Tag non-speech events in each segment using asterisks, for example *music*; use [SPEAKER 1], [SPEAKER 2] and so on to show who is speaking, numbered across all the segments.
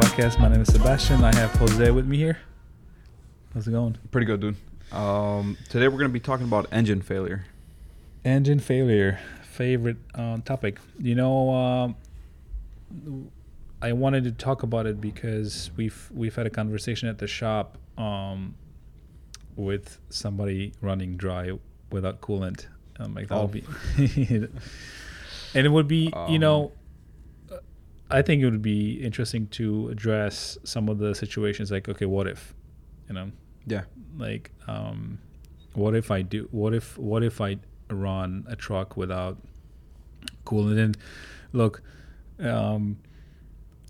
[SPEAKER 1] is Sebastian. I have Jose with me here. How's it going?
[SPEAKER 2] Pretty good, dude. Um, today we're gonna be talking about engine failure.
[SPEAKER 1] Engine failure, favorite uh, topic. You know, um, I wanted to talk about it because we've we've had a conversation at the shop um, with somebody running dry without coolant. Um, like that
[SPEAKER 2] Oh.
[SPEAKER 1] would be, *laughs* and it would be you know, I think it would be interesting to address some of the situations like okay, what if, you know,
[SPEAKER 2] Yeah.
[SPEAKER 1] like um, what if I do? What if what if I run a truck without coolant? And look, um,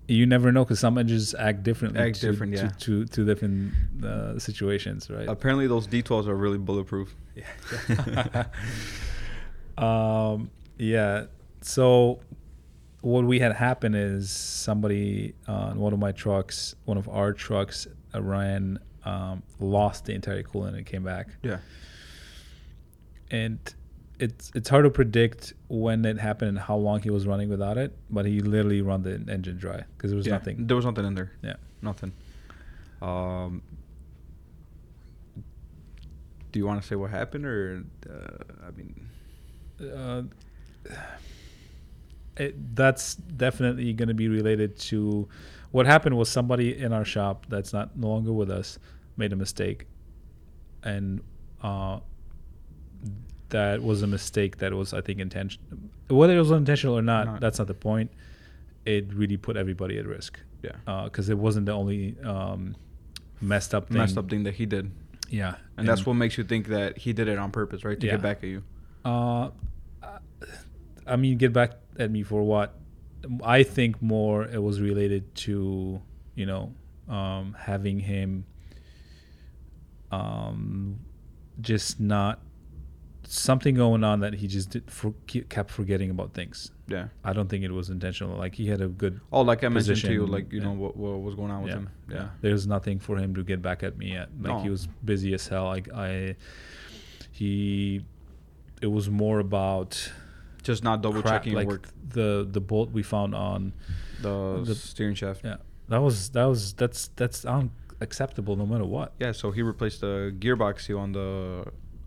[SPEAKER 1] you never know because some engines act differently
[SPEAKER 2] Act
[SPEAKER 1] to,
[SPEAKER 2] different, yeah.
[SPEAKER 1] to, to, to different uh, situations, right?
[SPEAKER 2] Apparently those details are really bulletproof. *laughs* Yeah.
[SPEAKER 1] um, yeah. So what we had happen is somebody on one of my trucks, one of our trucks, uh, ran um, lost the entire coolant and came back.
[SPEAKER 2] yeah.
[SPEAKER 1] and it's it's hard to predict when it happened and how long he was running without it. But he literally run the engine dry because there was
[SPEAKER 2] Yeah.
[SPEAKER 1] nothing.
[SPEAKER 2] There was nothing in there.
[SPEAKER 1] Yeah.
[SPEAKER 2] Nothing. Um, do you want to say what happened, or uh, I mean,
[SPEAKER 1] Uh, it, that's definitely going to be related to what happened was somebody in our shop that's not no longer with us made a mistake, and uh, that was a mistake that was I think intentional. Whether it was intentional or not,
[SPEAKER 2] Not-
[SPEAKER 1] that's not the point. It really put everybody at risk.
[SPEAKER 2] yeah,
[SPEAKER 1] because it wasn't the only um, messed up thing.
[SPEAKER 2] messed up thing that he did, and,
[SPEAKER 1] Yeah,
[SPEAKER 2] that's what makes you think that he did it on purpose, right? To
[SPEAKER 1] Yeah.
[SPEAKER 2] get back at you.
[SPEAKER 1] Uh, I mean, get back at me for what? I think more it was related to you know um, having him um, just not something going on that he just did for, kept forgetting about things.
[SPEAKER 2] Yeah.
[SPEAKER 1] I don't think it was intentional. Like he had a good
[SPEAKER 2] Oh, like I mentioned to you,
[SPEAKER 1] Position,
[SPEAKER 2] like you
[SPEAKER 1] yeah.
[SPEAKER 2] know what, what was going on with
[SPEAKER 1] yeah.
[SPEAKER 2] him.
[SPEAKER 1] Yeah. There's nothing for him to get back at me at. Like he
[SPEAKER 2] No.
[SPEAKER 1] was busy as hell. Like I he it was more about
[SPEAKER 2] Just not double
[SPEAKER 1] crap,
[SPEAKER 2] checking
[SPEAKER 1] like
[SPEAKER 2] work
[SPEAKER 1] the the bolt we found on
[SPEAKER 2] the,
[SPEAKER 1] the-
[SPEAKER 2] steering shaft.
[SPEAKER 1] yeah. That was that was that's that's unacceptable no matter what.
[SPEAKER 2] Yeah, so he replaced the gearbox seal on the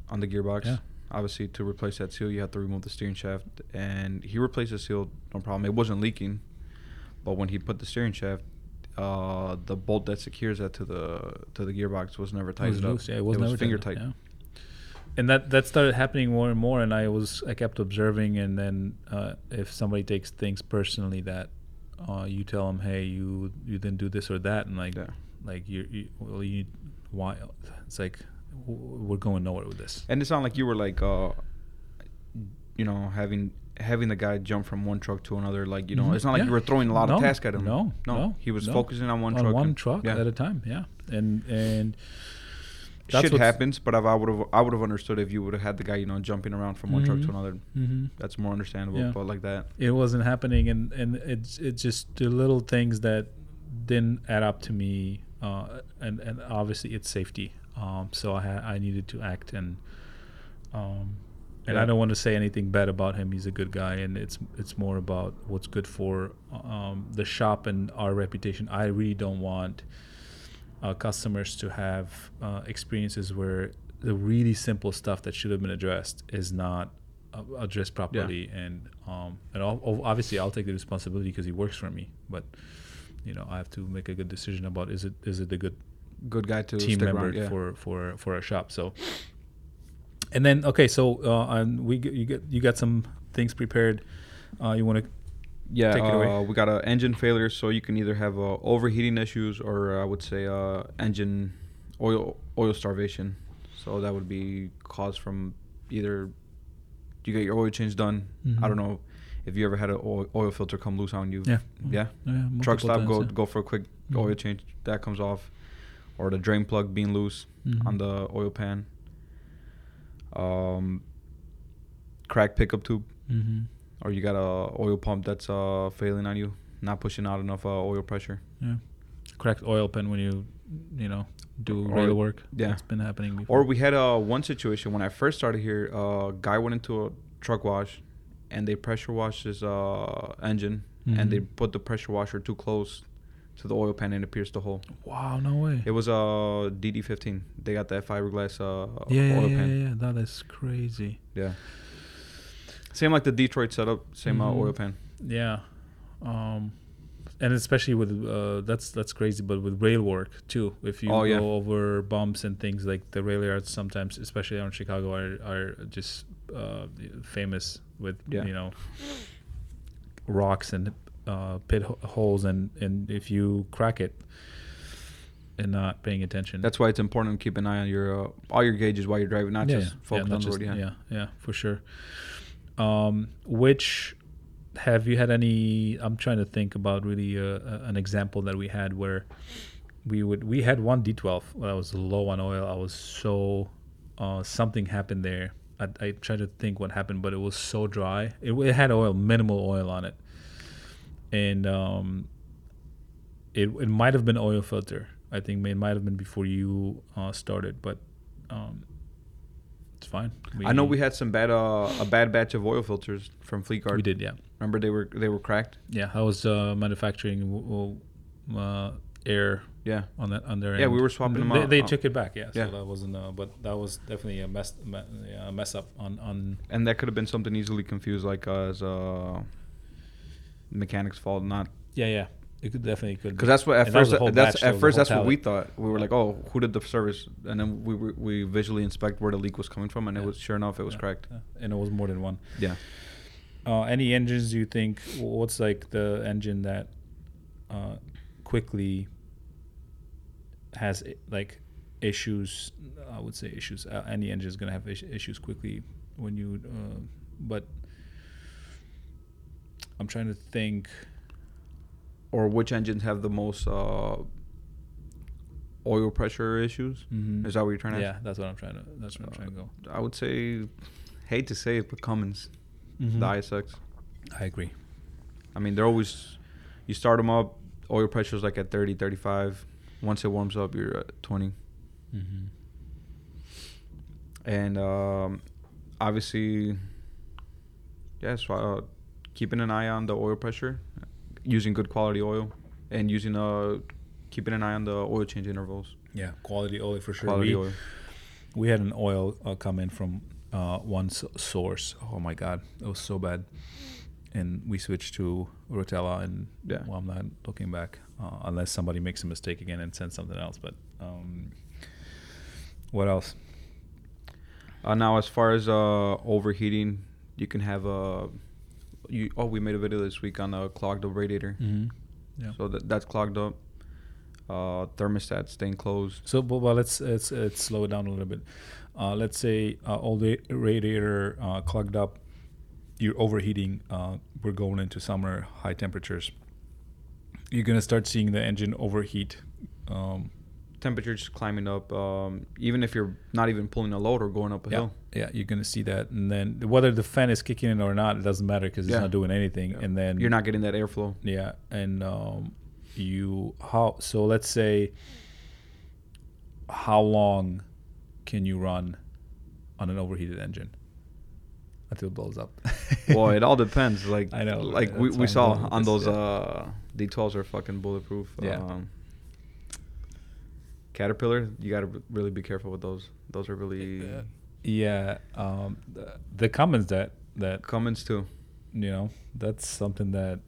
[SPEAKER 2] on the gearbox.
[SPEAKER 1] Yeah.
[SPEAKER 2] Obviously, to replace that seal, you have to remove the steering shaft, and he replaced the seal, no problem. It wasn't leaking, but when he put the steering shaft, uh, the bolt that secures that to the to the gearbox was never
[SPEAKER 1] It
[SPEAKER 2] tightened
[SPEAKER 1] was
[SPEAKER 2] up.
[SPEAKER 1] loose. Yeah, it was, never
[SPEAKER 2] finger
[SPEAKER 1] tight.
[SPEAKER 2] tight.
[SPEAKER 1] Yeah. And that that started happening more and more, and I was I kept observing, and then uh, if somebody takes things personally, that uh, you tell them, hey, you you didn't do this or that, and like
[SPEAKER 2] Yeah.
[SPEAKER 1] like you, you well you why it's like w- we're going nowhere with this.
[SPEAKER 2] And it's not like you were like, uh, you know, having having the guy jump from one truck to another. Like you know,
[SPEAKER 1] Mhm.
[SPEAKER 2] it's not like
[SPEAKER 1] Yeah.
[SPEAKER 2] you were throwing a lot
[SPEAKER 1] No,
[SPEAKER 2] of tasks at him.
[SPEAKER 1] No,
[SPEAKER 2] no,
[SPEAKER 1] no,
[SPEAKER 2] he was
[SPEAKER 1] no.
[SPEAKER 2] focusing on one
[SPEAKER 1] on
[SPEAKER 2] truck.
[SPEAKER 1] one
[SPEAKER 2] and-
[SPEAKER 1] truck
[SPEAKER 2] yeah.
[SPEAKER 1] at a time. Yeah, and and
[SPEAKER 2] shit
[SPEAKER 1] what's-
[SPEAKER 2] happens, but I've, I would have I would have understood if you would have had the guy you know jumping around from one truck
[SPEAKER 1] Mhm.
[SPEAKER 2] to another.
[SPEAKER 1] Mhm.
[SPEAKER 2] That's more understandable.
[SPEAKER 1] Yeah.
[SPEAKER 2] But like that,
[SPEAKER 1] it wasn't happening and and it's it's just the little things that didn't add up to me uh and and obviously it's safety um so i ha- i needed to act and um and
[SPEAKER 2] Yeah.
[SPEAKER 1] i don't want to say anything bad about him he's a good guy and it's it's more about what's good for um the shop and our reputation i really don't want uh, customers to have uh, experiences where the really simple stuff that should have been addressed is not uh, addressed properly and um, and I'll, ob- obviously I'll take the responsibility because he works for me but you know I have to make a good decision about is it is it a good
[SPEAKER 2] good guy to
[SPEAKER 1] team
[SPEAKER 2] stick
[SPEAKER 1] member
[SPEAKER 2] around. Yeah.
[SPEAKER 1] for for for our shop so and then okay so uh, and we g- you get you got some things prepared uh, you want to
[SPEAKER 2] Yeah,
[SPEAKER 1] Take it away.
[SPEAKER 2] uh, we got an engine failure, so you can either have uh, overheating issues or I would say uh, engine oil oil starvation. So that would be caused from either you get your oil change done.
[SPEAKER 1] Mhm.
[SPEAKER 2] I don't know if you ever had an oil, oil filter come loose on you. Mm-hmm.
[SPEAKER 1] Yeah.
[SPEAKER 2] yeah. Truck stop, go go for a quick
[SPEAKER 1] Mm-hmm.
[SPEAKER 2] oil change. That comes off, or the drain plug being loose.
[SPEAKER 1] Mm-hmm.
[SPEAKER 2] on the oil pan. Um, crack pickup tube,
[SPEAKER 1] mm-hmm.
[SPEAKER 2] or you got a oil pump that's uh, failing on you, not pushing out enough uh, oil pressure.
[SPEAKER 1] cracked oil pin when you you know do
[SPEAKER 2] Or-
[SPEAKER 1] rail work.
[SPEAKER 2] yeah.
[SPEAKER 1] it's been happening before.
[SPEAKER 2] Or we had uh, one situation when I first started here. A guy went into a truck wash, and they pressure washed his uh, engine, and they
[SPEAKER 1] Mhm.
[SPEAKER 2] put the pressure washer too close to the oil pan and it pierced the hole.
[SPEAKER 1] Wow, no way.
[SPEAKER 2] It was a uh, DD15. They got that fiberglass uh,
[SPEAKER 1] yeah, yeah,
[SPEAKER 2] oil
[SPEAKER 1] yeah,
[SPEAKER 2] pan.
[SPEAKER 1] yeah, That is crazy.
[SPEAKER 2] Yeah. Same like the Detroit setup, same uh,
[SPEAKER 1] Mhm.
[SPEAKER 2] oil pan.
[SPEAKER 1] Yeah, um, and especially with uh, that's that's crazy. But with rail work too, if you
[SPEAKER 2] Oh,
[SPEAKER 1] go
[SPEAKER 2] yeah.
[SPEAKER 1] over bumps and things like the rail yards, sometimes, especially on Chicago, are are just uh, famous with
[SPEAKER 2] Yeah.
[SPEAKER 1] you know rocks and uh, pit ho- holes, and and if you crack it and not paying attention,
[SPEAKER 2] That's why it's important to keep an eye on your uh, all your gauges while you're driving, not just focus
[SPEAKER 1] not
[SPEAKER 2] on the road.
[SPEAKER 1] just-
[SPEAKER 2] Yeah.
[SPEAKER 1] yeah, yeah, for sure. Um, which have you had any? I'm trying to think about really uh, a- an example that we had where we would we had one D12 when I was low on oil. I was so uh, something happened there. I, I tried to think what happened, but it was so dry. It, w- it had oil, minimal oil on it, and um, it it might have been oil filter. I think it might have been before you uh, started, but um, it's fine.
[SPEAKER 2] I know we had some bad uh, a bad batch of oil filters from Fleet Guard.
[SPEAKER 1] we did yeah
[SPEAKER 2] Remember they were they were cracked.
[SPEAKER 1] yeah. I was uh, manufacturing w- w- uh, air
[SPEAKER 2] Yeah.
[SPEAKER 1] on that on their
[SPEAKER 2] Yeah,
[SPEAKER 1] end.
[SPEAKER 2] we were swapping
[SPEAKER 1] Th-
[SPEAKER 2] them
[SPEAKER 1] they,
[SPEAKER 2] out.
[SPEAKER 1] They
[SPEAKER 2] Uh,
[SPEAKER 1] took it back, yeah. So
[SPEAKER 2] yeah.
[SPEAKER 1] that wasn't, uh, but that was definitely a mess, me- yeah, a mess up on on.
[SPEAKER 2] And that could have been something easily confused, like uh, as uh, mechanic's fault, not
[SPEAKER 1] Yeah, yeah. It could definitely could
[SPEAKER 2] because
[SPEAKER 1] be.
[SPEAKER 2] that's what at
[SPEAKER 1] And that was
[SPEAKER 2] first
[SPEAKER 1] a whole
[SPEAKER 2] that's
[SPEAKER 1] batch, that
[SPEAKER 2] at
[SPEAKER 1] was a
[SPEAKER 2] first
[SPEAKER 1] whole
[SPEAKER 2] that's what we
[SPEAKER 1] pallet.
[SPEAKER 2] thought. We were like, oh, who did the service? And then we were- we visually inspect where the leak was coming from, and it
[SPEAKER 1] Yeah.
[SPEAKER 2] was sure enough, it was
[SPEAKER 1] Yeah,
[SPEAKER 2] cracked.
[SPEAKER 1] yeah. and it was more than one.
[SPEAKER 2] Yeah.
[SPEAKER 1] Uh, any engines you think? What's like the engine that uh, quickly has i- like issues? I would say issues. Uh, any engine is gonna have is- issues quickly when you. Uh, but I'm trying to think.
[SPEAKER 2] Or which engines have the most uh, oil pressure issues?
[SPEAKER 1] Mhm.
[SPEAKER 2] Is that what you're trying to?
[SPEAKER 1] yeah, that's what I'm trying to. That's what I'm trying to go.
[SPEAKER 2] ask? I would say, hate to say it, but Cummins,
[SPEAKER 1] Mhm.
[SPEAKER 2] the ISX.
[SPEAKER 1] I agree.
[SPEAKER 2] I mean, they're always you start them up, oil pressure's like at 30, 35. Once it warms up, you're at 20.
[SPEAKER 1] Mm-hmm.
[SPEAKER 2] and um, obviously, yeah, so uh, keeping an eye on the oil pressure, using good quality oil, and using uh, keeping an eye on the oil change intervals.
[SPEAKER 1] Yeah, quality oil for sure.
[SPEAKER 2] Quality
[SPEAKER 1] We-
[SPEAKER 2] oil.
[SPEAKER 1] we had an oil uh, come in from uh, one s- source. Oh my god, it was so bad. And we switched to Rotella, and
[SPEAKER 2] Yeah.
[SPEAKER 1] well, I'm not looking back uh, unless somebody makes a mistake again and sends something else. But um, what else?
[SPEAKER 2] Uh, now, as far as uh, overheating, you can have a. You, oh, we made a video this week on a clogged up radiator.
[SPEAKER 1] Mm-hmm. Yeah.
[SPEAKER 2] So that, that's clogged up. Uh, thermostat staying closed.
[SPEAKER 1] So, but, well, let's, let's let's slow it down a little bit. Uh, let's say uh, old ra- radiator uh, clogged up. You're overheating. Uh, we're going into summer, high temperatures. You're gonna start seeing the engine overheat. Um,
[SPEAKER 2] Temperature just climbing up. Um, even if you're not even pulling a load or going up a
[SPEAKER 1] yeah,
[SPEAKER 2] hill.
[SPEAKER 1] yeah, you're gonna see that, and then whether the fan is kicking in or not, it doesn't matter because
[SPEAKER 2] Yeah.
[SPEAKER 1] it's not doing anything. And then
[SPEAKER 2] You're not getting that
[SPEAKER 1] *laughs*
[SPEAKER 2] airflow.
[SPEAKER 1] Yeah, and um, you how so? Let's say how long can you run on an overheated engine until it blows up?
[SPEAKER 2] *laughs* well, it all depends. Like
[SPEAKER 1] I know,
[SPEAKER 2] Like
[SPEAKER 1] yeah,
[SPEAKER 2] we,
[SPEAKER 1] that's
[SPEAKER 2] we
[SPEAKER 1] why I'm
[SPEAKER 2] saw
[SPEAKER 1] going with
[SPEAKER 2] on
[SPEAKER 1] this,
[SPEAKER 2] those
[SPEAKER 1] yeah.
[SPEAKER 2] uh D12s are fucking bulletproof.
[SPEAKER 1] Yeah.
[SPEAKER 2] Um, Caterpillar, you gotta r- really be careful with those. Those are really
[SPEAKER 1] Yeah. yeah, um, the, the comments that that
[SPEAKER 2] Cummins too.
[SPEAKER 1] you know that's something that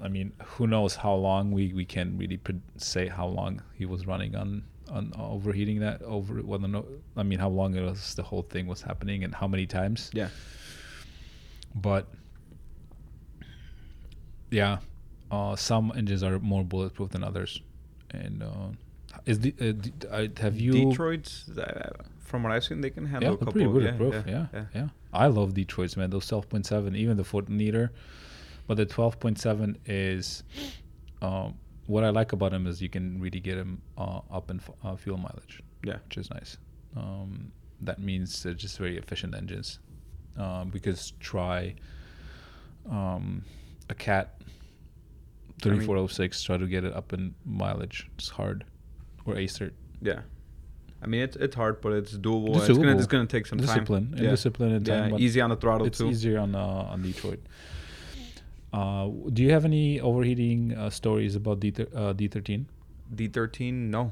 [SPEAKER 1] I mean, who knows how long we we can really pre- say how long he was running on on uh, overheating that over well, no, I mean how long it was the whole thing was happening and how many times.
[SPEAKER 2] Yeah.
[SPEAKER 1] but yeah, uh, some engines are more bulletproof than others. And uh, is the uh, d- I, have you?
[SPEAKER 2] Detroit's, uh, from what I've seen, they can handle
[SPEAKER 1] yeah,
[SPEAKER 2] a
[SPEAKER 1] they're
[SPEAKER 2] couple.
[SPEAKER 1] pretty
[SPEAKER 2] yeah,
[SPEAKER 1] bulletproof. Yeah yeah, I love Detroit's man. Those twelve point seven, even the fourteen liter, but the twelve point seven is. Um, what I like about them is you can really get them uh, up in f- uh, fuel mileage
[SPEAKER 2] yeah.
[SPEAKER 1] which is nice. Um, that means they're just very efficient engines. Um, because try um, a cat
[SPEAKER 2] I mean-
[SPEAKER 1] 3406, try to get it up in mileage. It's hard. Or ACERT.
[SPEAKER 2] Yeah. I mean, it's it's hard, but it's doable.
[SPEAKER 1] It's
[SPEAKER 2] It's, gonna
[SPEAKER 1] doable.
[SPEAKER 2] it's gonna take some
[SPEAKER 1] discipline.
[SPEAKER 2] time.
[SPEAKER 1] And discipline and time.
[SPEAKER 2] yeah,
[SPEAKER 1] but
[SPEAKER 2] easy on the throttle
[SPEAKER 1] it's
[SPEAKER 2] too.
[SPEAKER 1] easier on, uh, on Detroit. Uh, do you have any overheating uh, stories about D thir- uh, D13?
[SPEAKER 2] D13, no.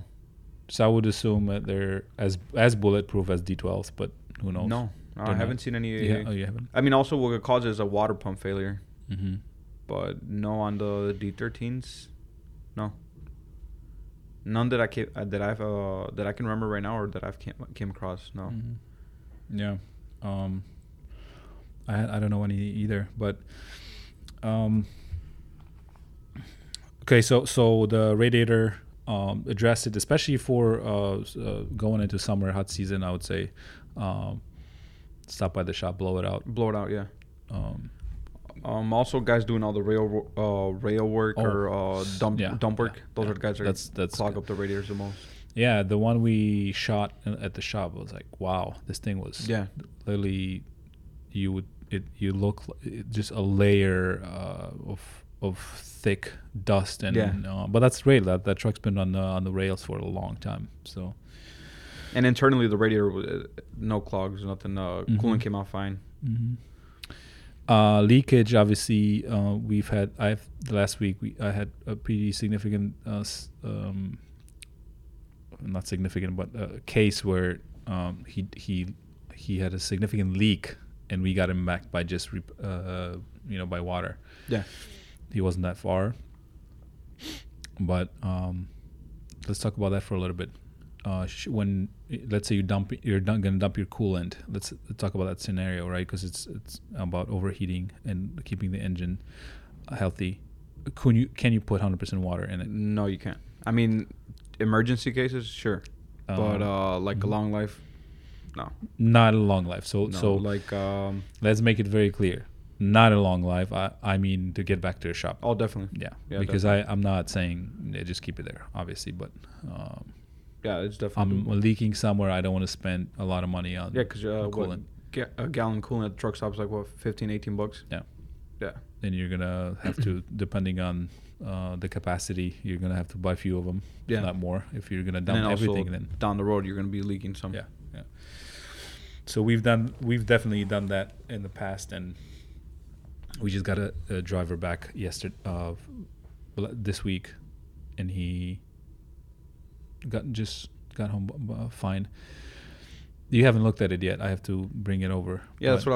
[SPEAKER 1] So I would assume that they're as as bulletproof as D12s, but who knows?
[SPEAKER 2] No. No, I
[SPEAKER 1] They're
[SPEAKER 2] haven't
[SPEAKER 1] not.
[SPEAKER 2] seen any.
[SPEAKER 1] Yeah. Oh, you haven't.
[SPEAKER 2] I mean, also what it causes is a water pump failure,
[SPEAKER 1] Mm-hmm.
[SPEAKER 2] but no on the D13s, no. None that I ca- uh, that I've uh, that I can remember right now or that I've came, came across. No.
[SPEAKER 1] Mhm. Yeah. Um, I I don't know any either, but um, okay. So so the radiator um, addressed it, especially for uh, s- uh, going into summer hot season. I would say um, stop by the shop, blow it out.
[SPEAKER 2] Blow it out, yeah.
[SPEAKER 1] Um,
[SPEAKER 2] Um, also, guys doing all the rail wo- uh, rail work
[SPEAKER 1] Oh,
[SPEAKER 2] or uh,
[SPEAKER 1] s-
[SPEAKER 2] dump
[SPEAKER 1] yeah,
[SPEAKER 2] dump work.
[SPEAKER 1] yeah,
[SPEAKER 2] Those
[SPEAKER 1] yeah.
[SPEAKER 2] are the guys that
[SPEAKER 1] That's- that's
[SPEAKER 2] clog
[SPEAKER 1] good.
[SPEAKER 2] up the radiators the most.
[SPEAKER 1] yeah, the one we shot a- at the shop was like, wow, this thing was
[SPEAKER 2] Yeah.
[SPEAKER 1] literally you would it you look li- it- just a layer uh, of of thick dust and
[SPEAKER 2] Yeah.
[SPEAKER 1] uh, but that's great that that truck's been on the on the rails for a long time so
[SPEAKER 2] And internally, the radiator, wa- uh, no clogs, nothing. Uh,
[SPEAKER 1] Mhm.
[SPEAKER 2] Coolant came out fine.
[SPEAKER 1] Mm-hmm. uh, leakage obviously uh, we've had I've last week we I had a pretty significant uh, s- um, not significant but a case where um, he he he had a significant leak and we got him back by just rep- uh, you know by water
[SPEAKER 2] Yeah.
[SPEAKER 1] he wasn't that far. But um, let's talk about that for a little bit. Uh, sh- when let's say you dump you're dun- gonna dump your coolant. Let's talk about that scenario, right? Because it's it's about overheating and keeping the engine healthy. Can you can you put 100% water in it?
[SPEAKER 2] No, you can't. I mean, emergency cases, sure,
[SPEAKER 1] Um,
[SPEAKER 2] but uh, like a long life, no.
[SPEAKER 1] Not a long life. So
[SPEAKER 2] no.
[SPEAKER 1] so
[SPEAKER 2] like, um,
[SPEAKER 1] let's make it very clear. Not a long life. I I mean to get back to the shop.
[SPEAKER 2] oh, definitely,
[SPEAKER 1] yeah,
[SPEAKER 2] yeah,
[SPEAKER 1] because I I'm not saying yeah, just keep it there, obviously, but. Um,
[SPEAKER 2] yeah, it's definitely.
[SPEAKER 1] I'm leaking somewhere. I don't want to spend a lot of money on
[SPEAKER 2] Mm-hmm. yeah, because uh,
[SPEAKER 1] on
[SPEAKER 2] what, ga- a gallon coolant at the truck stops like what 15, 18 bucks.
[SPEAKER 1] Yeah.
[SPEAKER 2] Yeah.
[SPEAKER 1] Then you're gonna have
[SPEAKER 2] *clears throat*
[SPEAKER 1] to, depending on uh, the capacity, you're gonna have to buy a few of them,
[SPEAKER 2] Yeah.
[SPEAKER 1] not more. If you're gonna
[SPEAKER 2] and
[SPEAKER 1] dump
[SPEAKER 2] then
[SPEAKER 1] everything,
[SPEAKER 2] also um,
[SPEAKER 1] then
[SPEAKER 2] down the road you're gonna be leaking some.
[SPEAKER 1] yeah, yeah. So we've done, we've definitely done that in the past, and we just got a, a driver back yesterday, uh, l- this week, and he got just got home b- b- fine. You haven't looked at it yet. I have to bring it over.
[SPEAKER 2] Yeah,
[SPEAKER 1] but-
[SPEAKER 2] that's what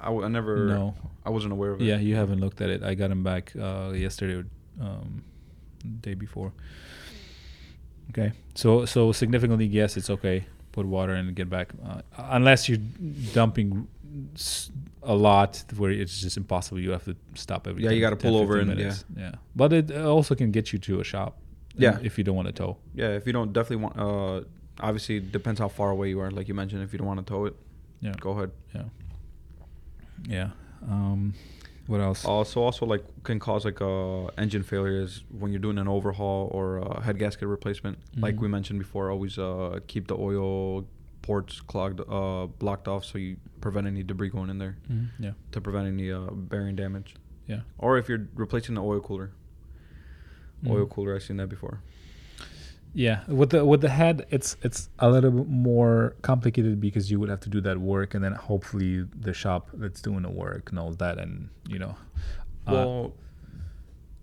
[SPEAKER 2] I, I, I, I never.
[SPEAKER 1] No.
[SPEAKER 2] I wasn't aware of it.
[SPEAKER 1] Yeah, you haven't looked at it. I got him back uh, yesterday, or, um, day before. Okay, so so significantly, yes, it's okay. Put water and get back, uh, unless you're dumping s- a lot where it's just impossible. You have to stop every.
[SPEAKER 2] Yeah,
[SPEAKER 1] 10
[SPEAKER 2] you gotta
[SPEAKER 1] 10,
[SPEAKER 2] pull over
[SPEAKER 1] 15
[SPEAKER 2] and- yeah.
[SPEAKER 1] minutes. yeah, but it also can get you to a shop. uh,
[SPEAKER 2] Yeah.
[SPEAKER 1] if you don't want to tow.
[SPEAKER 2] Yeah, if you don't definitely want, uh, obviously it depends how far away you are. Like you mentioned, if you don't want to tow it,
[SPEAKER 1] Yeah.
[SPEAKER 2] go ahead.
[SPEAKER 1] Yeah, yeah. Um, what else?
[SPEAKER 2] Also, also like can cause like uh, engine failures when you're doing an overhaul or a head gasket replacement. Like
[SPEAKER 1] Mhm.
[SPEAKER 2] we mentioned before, always uh, keep the oil ports clogged, uh, blocked off, so you prevent any debris going in there
[SPEAKER 1] Mhm, Yeah,
[SPEAKER 2] to prevent any uh, bearing damage.
[SPEAKER 1] yeah.
[SPEAKER 2] Or if you're replacing the oil cooler, oil
[SPEAKER 1] Mhm.
[SPEAKER 2] cooler, I've seen that before.
[SPEAKER 1] Yeah, with the with the head, it's it's a little bit more complicated because you would have to do that work, and then hopefully the shop that's doing the work knows that, and you know, uh,
[SPEAKER 2] Well,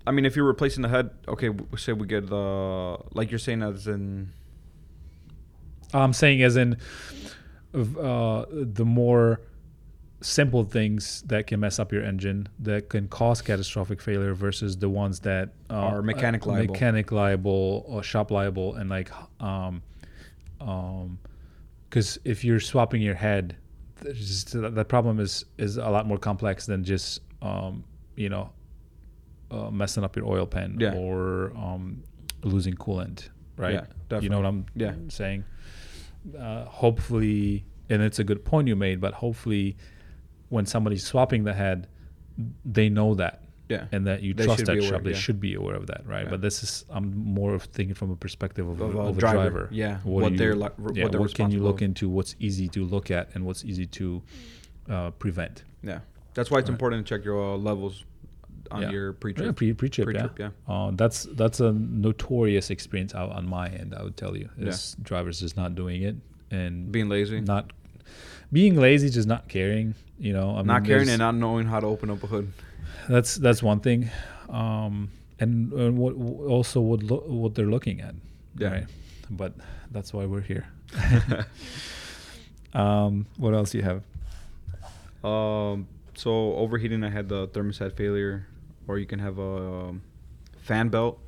[SPEAKER 2] I mean, if you're replacing the head, okay, w- say we get the like you're saying as in
[SPEAKER 1] I'm saying as in of, uh, the more simple things that can mess up your engine that can cause catastrophic failure versus the ones that uh,
[SPEAKER 2] Are mechanic
[SPEAKER 1] uh,
[SPEAKER 2] liable.
[SPEAKER 1] mechanic liable or shop liable, and like um, um, because if you're swapping your head, there's just, that that problem is is a lot more complex than just um, you know uh, messing up your oil pan
[SPEAKER 2] Yeah.
[SPEAKER 1] or um, losing coolant, right?
[SPEAKER 2] Yeah,
[SPEAKER 1] You know what I'm
[SPEAKER 2] Yeah.
[SPEAKER 1] saying? Uh, hopefully, and it's a good point you made, but hopefully, when somebody's swapping the head, they know that
[SPEAKER 2] yeah.
[SPEAKER 1] and that you
[SPEAKER 2] They
[SPEAKER 1] trust
[SPEAKER 2] should
[SPEAKER 1] that
[SPEAKER 2] be aware,
[SPEAKER 1] shop. They
[SPEAKER 2] yeah.
[SPEAKER 1] should be aware of that, right?
[SPEAKER 2] Yeah.
[SPEAKER 1] But this is I'm more of thinking from a perspective of,
[SPEAKER 2] Of
[SPEAKER 1] a,
[SPEAKER 2] a
[SPEAKER 1] of a driver.
[SPEAKER 2] driver, yeah,
[SPEAKER 1] do
[SPEAKER 2] what they're li- r-
[SPEAKER 1] yeah,
[SPEAKER 2] what they're
[SPEAKER 1] can you look
[SPEAKER 2] responsible.
[SPEAKER 1] into? What's easy to look at and what's easy to uh, prevent?
[SPEAKER 2] Yeah, that's why it's
[SPEAKER 1] Right.
[SPEAKER 2] important to check your uh, levels on
[SPEAKER 1] Yeah.
[SPEAKER 2] your
[SPEAKER 1] Yeah,
[SPEAKER 2] pre-trip.
[SPEAKER 1] pre pre-trip,
[SPEAKER 2] Pre-trip,
[SPEAKER 1] yeah. Uh, that's that's a notorious experience out on my end. I would tell you, is drivers just not doing it and
[SPEAKER 2] Being lazy,
[SPEAKER 1] not being lazy, just not caring. You know, I mean,
[SPEAKER 2] not caring
[SPEAKER 1] there's-
[SPEAKER 2] and not knowing how to open up a hood. *laughs*
[SPEAKER 1] that's that's one thing, um, and, and what also what lo- what they're looking at,
[SPEAKER 2] Yeah.
[SPEAKER 1] But that's why we're
[SPEAKER 2] *laughs*
[SPEAKER 1] here. um, what else you have?
[SPEAKER 2] Um, so overheating, I had the thermostat failure, or you can have a um, fan belt,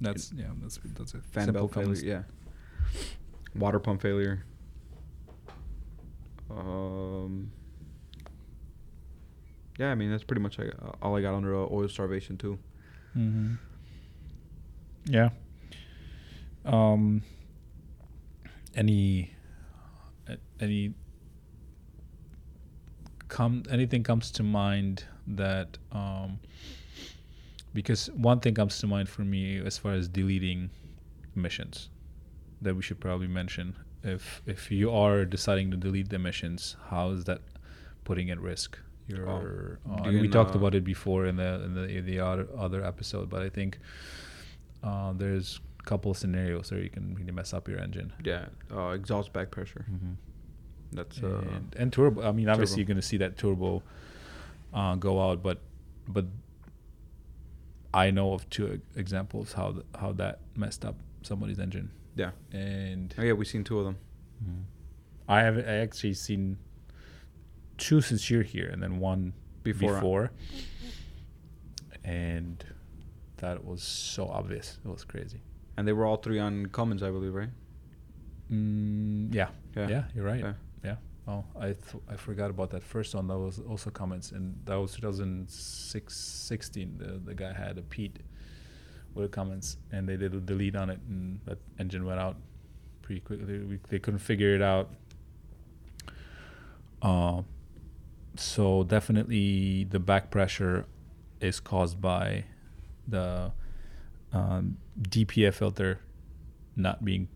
[SPEAKER 1] That's yeah, that's that's it.
[SPEAKER 2] fan
[SPEAKER 1] Simple
[SPEAKER 2] belt failure,
[SPEAKER 1] comments.
[SPEAKER 2] yeah. Water pump failure. Um. Yeah, I mean that's pretty much like, uh, all I got under uh, oil starvation too.
[SPEAKER 1] Mm-hmm. Yeah. Um. Any. a- Any. Come anything comes to mind that um. Because one thing comes to mind for me as far as deleting missions, that we should probably mention. If if you are deciding to delete the missions, how is that putting at risk your? uh, and we
[SPEAKER 2] doing,
[SPEAKER 1] talked
[SPEAKER 2] uh,
[SPEAKER 1] about it before in the in the, in the other, other episode, but I think uh, there's a couple of scenarios where you can really mess up your engine.
[SPEAKER 2] Yeah, uh, exhaust back pressure. That's uh,
[SPEAKER 1] and, and turbo. I mean, obviously
[SPEAKER 2] turbo.
[SPEAKER 1] you're going to see that turbo uh, go out, but but I know of two e- examples how th- how that messed up somebody's engine.
[SPEAKER 2] yeah.
[SPEAKER 1] And
[SPEAKER 2] Oh yeah, we've seen two of them.
[SPEAKER 1] I have I actually seen two since you're here, and then one
[SPEAKER 2] Before.
[SPEAKER 1] before. And that was so obvious. It was crazy.
[SPEAKER 2] And they were all three on Cummins, I believe, right?
[SPEAKER 1] Mm, yeah.
[SPEAKER 2] Yeah.
[SPEAKER 1] yeah, you're right.
[SPEAKER 2] Yeah.
[SPEAKER 1] Yeah. Oh, I th- I forgot about that first one. That was also comments, and that was 2016. The the guy had a Pete with a comments, and they did a delete on it, and that engine went out pretty quickly. We, they couldn't figure it out. Uh, so definitely the back pressure is caused by the um, DPF filter not being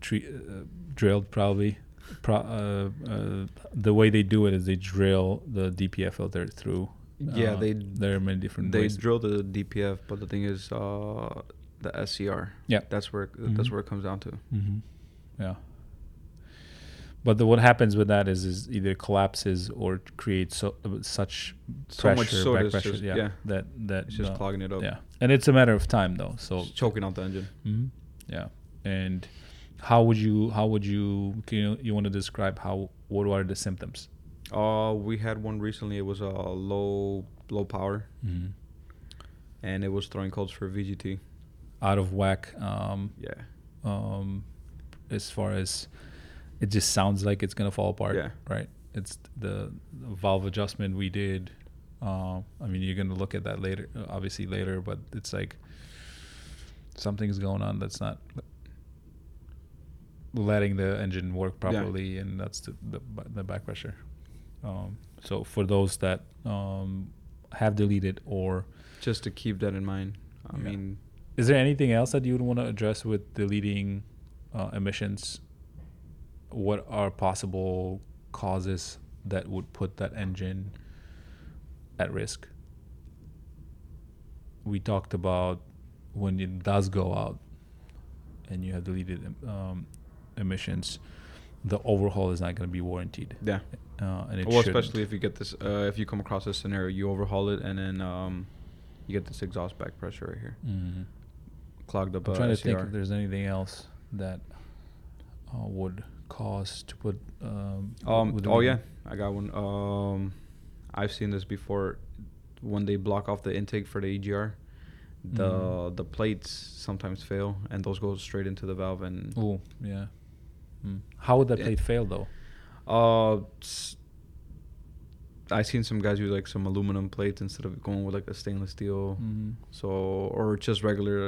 [SPEAKER 1] tre- uh, drilled probably. Pro- uh, uh, the way they do it is they drill the DPF filter through.
[SPEAKER 2] Yeah,
[SPEAKER 1] uh,
[SPEAKER 2] they-
[SPEAKER 1] there are many different
[SPEAKER 2] They
[SPEAKER 1] ways.
[SPEAKER 2] drill the DPF, but the thing is, uh, the SCR.
[SPEAKER 1] Yeah.
[SPEAKER 2] That's where
[SPEAKER 1] Mhm.
[SPEAKER 2] that's where it comes down to.
[SPEAKER 1] hmm Yeah. But the, what happens with that is, is either collapses or creates so, such
[SPEAKER 2] So
[SPEAKER 1] pressure,
[SPEAKER 2] much soda
[SPEAKER 1] back
[SPEAKER 2] is
[SPEAKER 1] pressure,
[SPEAKER 2] just-
[SPEAKER 1] yeah,
[SPEAKER 2] yeah.
[SPEAKER 1] that that
[SPEAKER 2] It's just
[SPEAKER 1] uh,
[SPEAKER 2] clogging it up.
[SPEAKER 1] yeah, and it's a matter of time though. So
[SPEAKER 2] It's choking out the engine.
[SPEAKER 1] Mhm. Yeah. And how would you how would you can you, you want to describe how what are the symptoms?
[SPEAKER 2] Uh, we had one recently. It was a uh, low low power,
[SPEAKER 1] Mm-hmm.
[SPEAKER 2] and it was throwing codes for VGT.
[SPEAKER 1] Out of whack. Um,
[SPEAKER 2] Yeah.
[SPEAKER 1] um, as far as it just sounds like it's gonna fall apart.
[SPEAKER 2] Yeah.
[SPEAKER 1] Right. It's the, the valve adjustment we did. Uh, I mean, you're gonna look at that later, uh, obviously later, but it's like something's going on that's not letting the engine work properly, and that's the the, ba- the back pressure. Um, so for those that um, have deleted or
[SPEAKER 2] Just to keep that in mind. I
[SPEAKER 1] Yeah.
[SPEAKER 2] mean,
[SPEAKER 1] is there anything else that you would want to address with deleting uh, emissions? What are possible causes that would put that engine at risk? We talked about when it does go out and you have deleted um, emissions, the overhaul is not going to be warranted.
[SPEAKER 2] yeah.
[SPEAKER 1] Uh, and it
[SPEAKER 2] well,
[SPEAKER 1] shouldn't.
[SPEAKER 2] especially if you get this, uh, if you come across this scenario, you overhaul it, and then um, you get this exhaust back pressure right here,
[SPEAKER 1] Mhm.
[SPEAKER 2] clogged up.
[SPEAKER 1] I'm
[SPEAKER 2] uh,
[SPEAKER 1] trying to think
[SPEAKER 2] SCR.
[SPEAKER 1] if there's anything else that uh, would cause to put. Um,
[SPEAKER 2] Um,
[SPEAKER 1] would
[SPEAKER 2] oh
[SPEAKER 1] we-
[SPEAKER 2] yeah, I got one. Um, I've seen this before. When they block off the intake for the EGR, the
[SPEAKER 1] Mhm.
[SPEAKER 2] the plates sometimes fail, and those go straight into the valve. And
[SPEAKER 1] Oh yeah. Mm. How would that
[SPEAKER 2] Yeah.
[SPEAKER 1] plate fail though?
[SPEAKER 2] uh, s- I seen some guys use like some aluminum plates instead of going with like a stainless steel.
[SPEAKER 1] Mhm.
[SPEAKER 2] So or just regular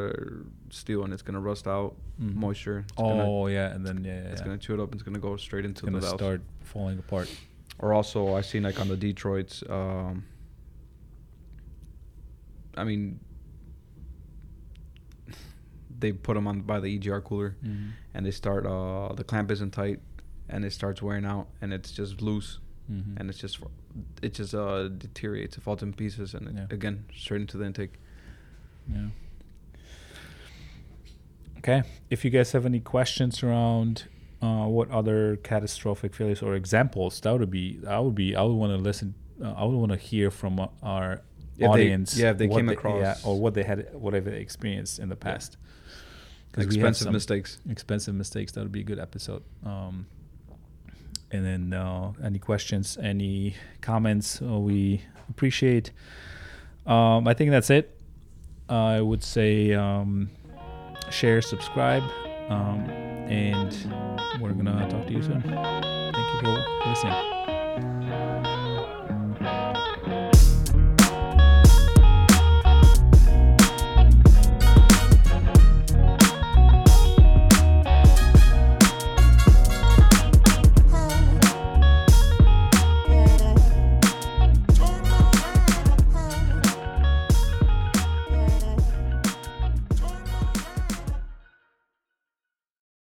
[SPEAKER 2] steel, and it's gonna rust out,
[SPEAKER 1] Mhm.
[SPEAKER 2] moisture. It's
[SPEAKER 1] Oh
[SPEAKER 2] gonna,
[SPEAKER 1] yeah, and then yeah, yeah,
[SPEAKER 2] it's
[SPEAKER 1] yeah.
[SPEAKER 2] gonna chew it up. and It's gonna go straight
[SPEAKER 1] It's
[SPEAKER 2] into
[SPEAKER 1] gonna
[SPEAKER 2] the valve.
[SPEAKER 1] start falling apart.
[SPEAKER 2] Or also, I've seen like on the Detroit's. Um, I mean, *sighs* they put them on by the EGR cooler,
[SPEAKER 1] Mhm.
[SPEAKER 2] and they start. Uh, the clamp isn't tight, and it starts wearing out, and it's just loose,
[SPEAKER 1] Mhm.
[SPEAKER 2] and it's just, it just uh, deteriorates. It falls in pieces, and it-
[SPEAKER 1] Yeah.
[SPEAKER 2] again straight into the intake.
[SPEAKER 1] Yeah. Okay. If you guys have any questions around uh, what other catastrophic failures or examples, that would be I would be I would want to listen uh, I would want to hear from uh, our
[SPEAKER 2] If they-
[SPEAKER 1] audience.
[SPEAKER 2] yeah, if they
[SPEAKER 1] what
[SPEAKER 2] came across-
[SPEAKER 1] or what they had, whatever they experienced in the past. 'Cause we had
[SPEAKER 2] Expensive
[SPEAKER 1] some-
[SPEAKER 2] mistakes.
[SPEAKER 1] expensive mistakes that would be a good episode um, and then uh, any questions any comments uh, we appreciate um, i think that's it i would say um, share subscribe um, and we're gonna talk to you soon thank you for listening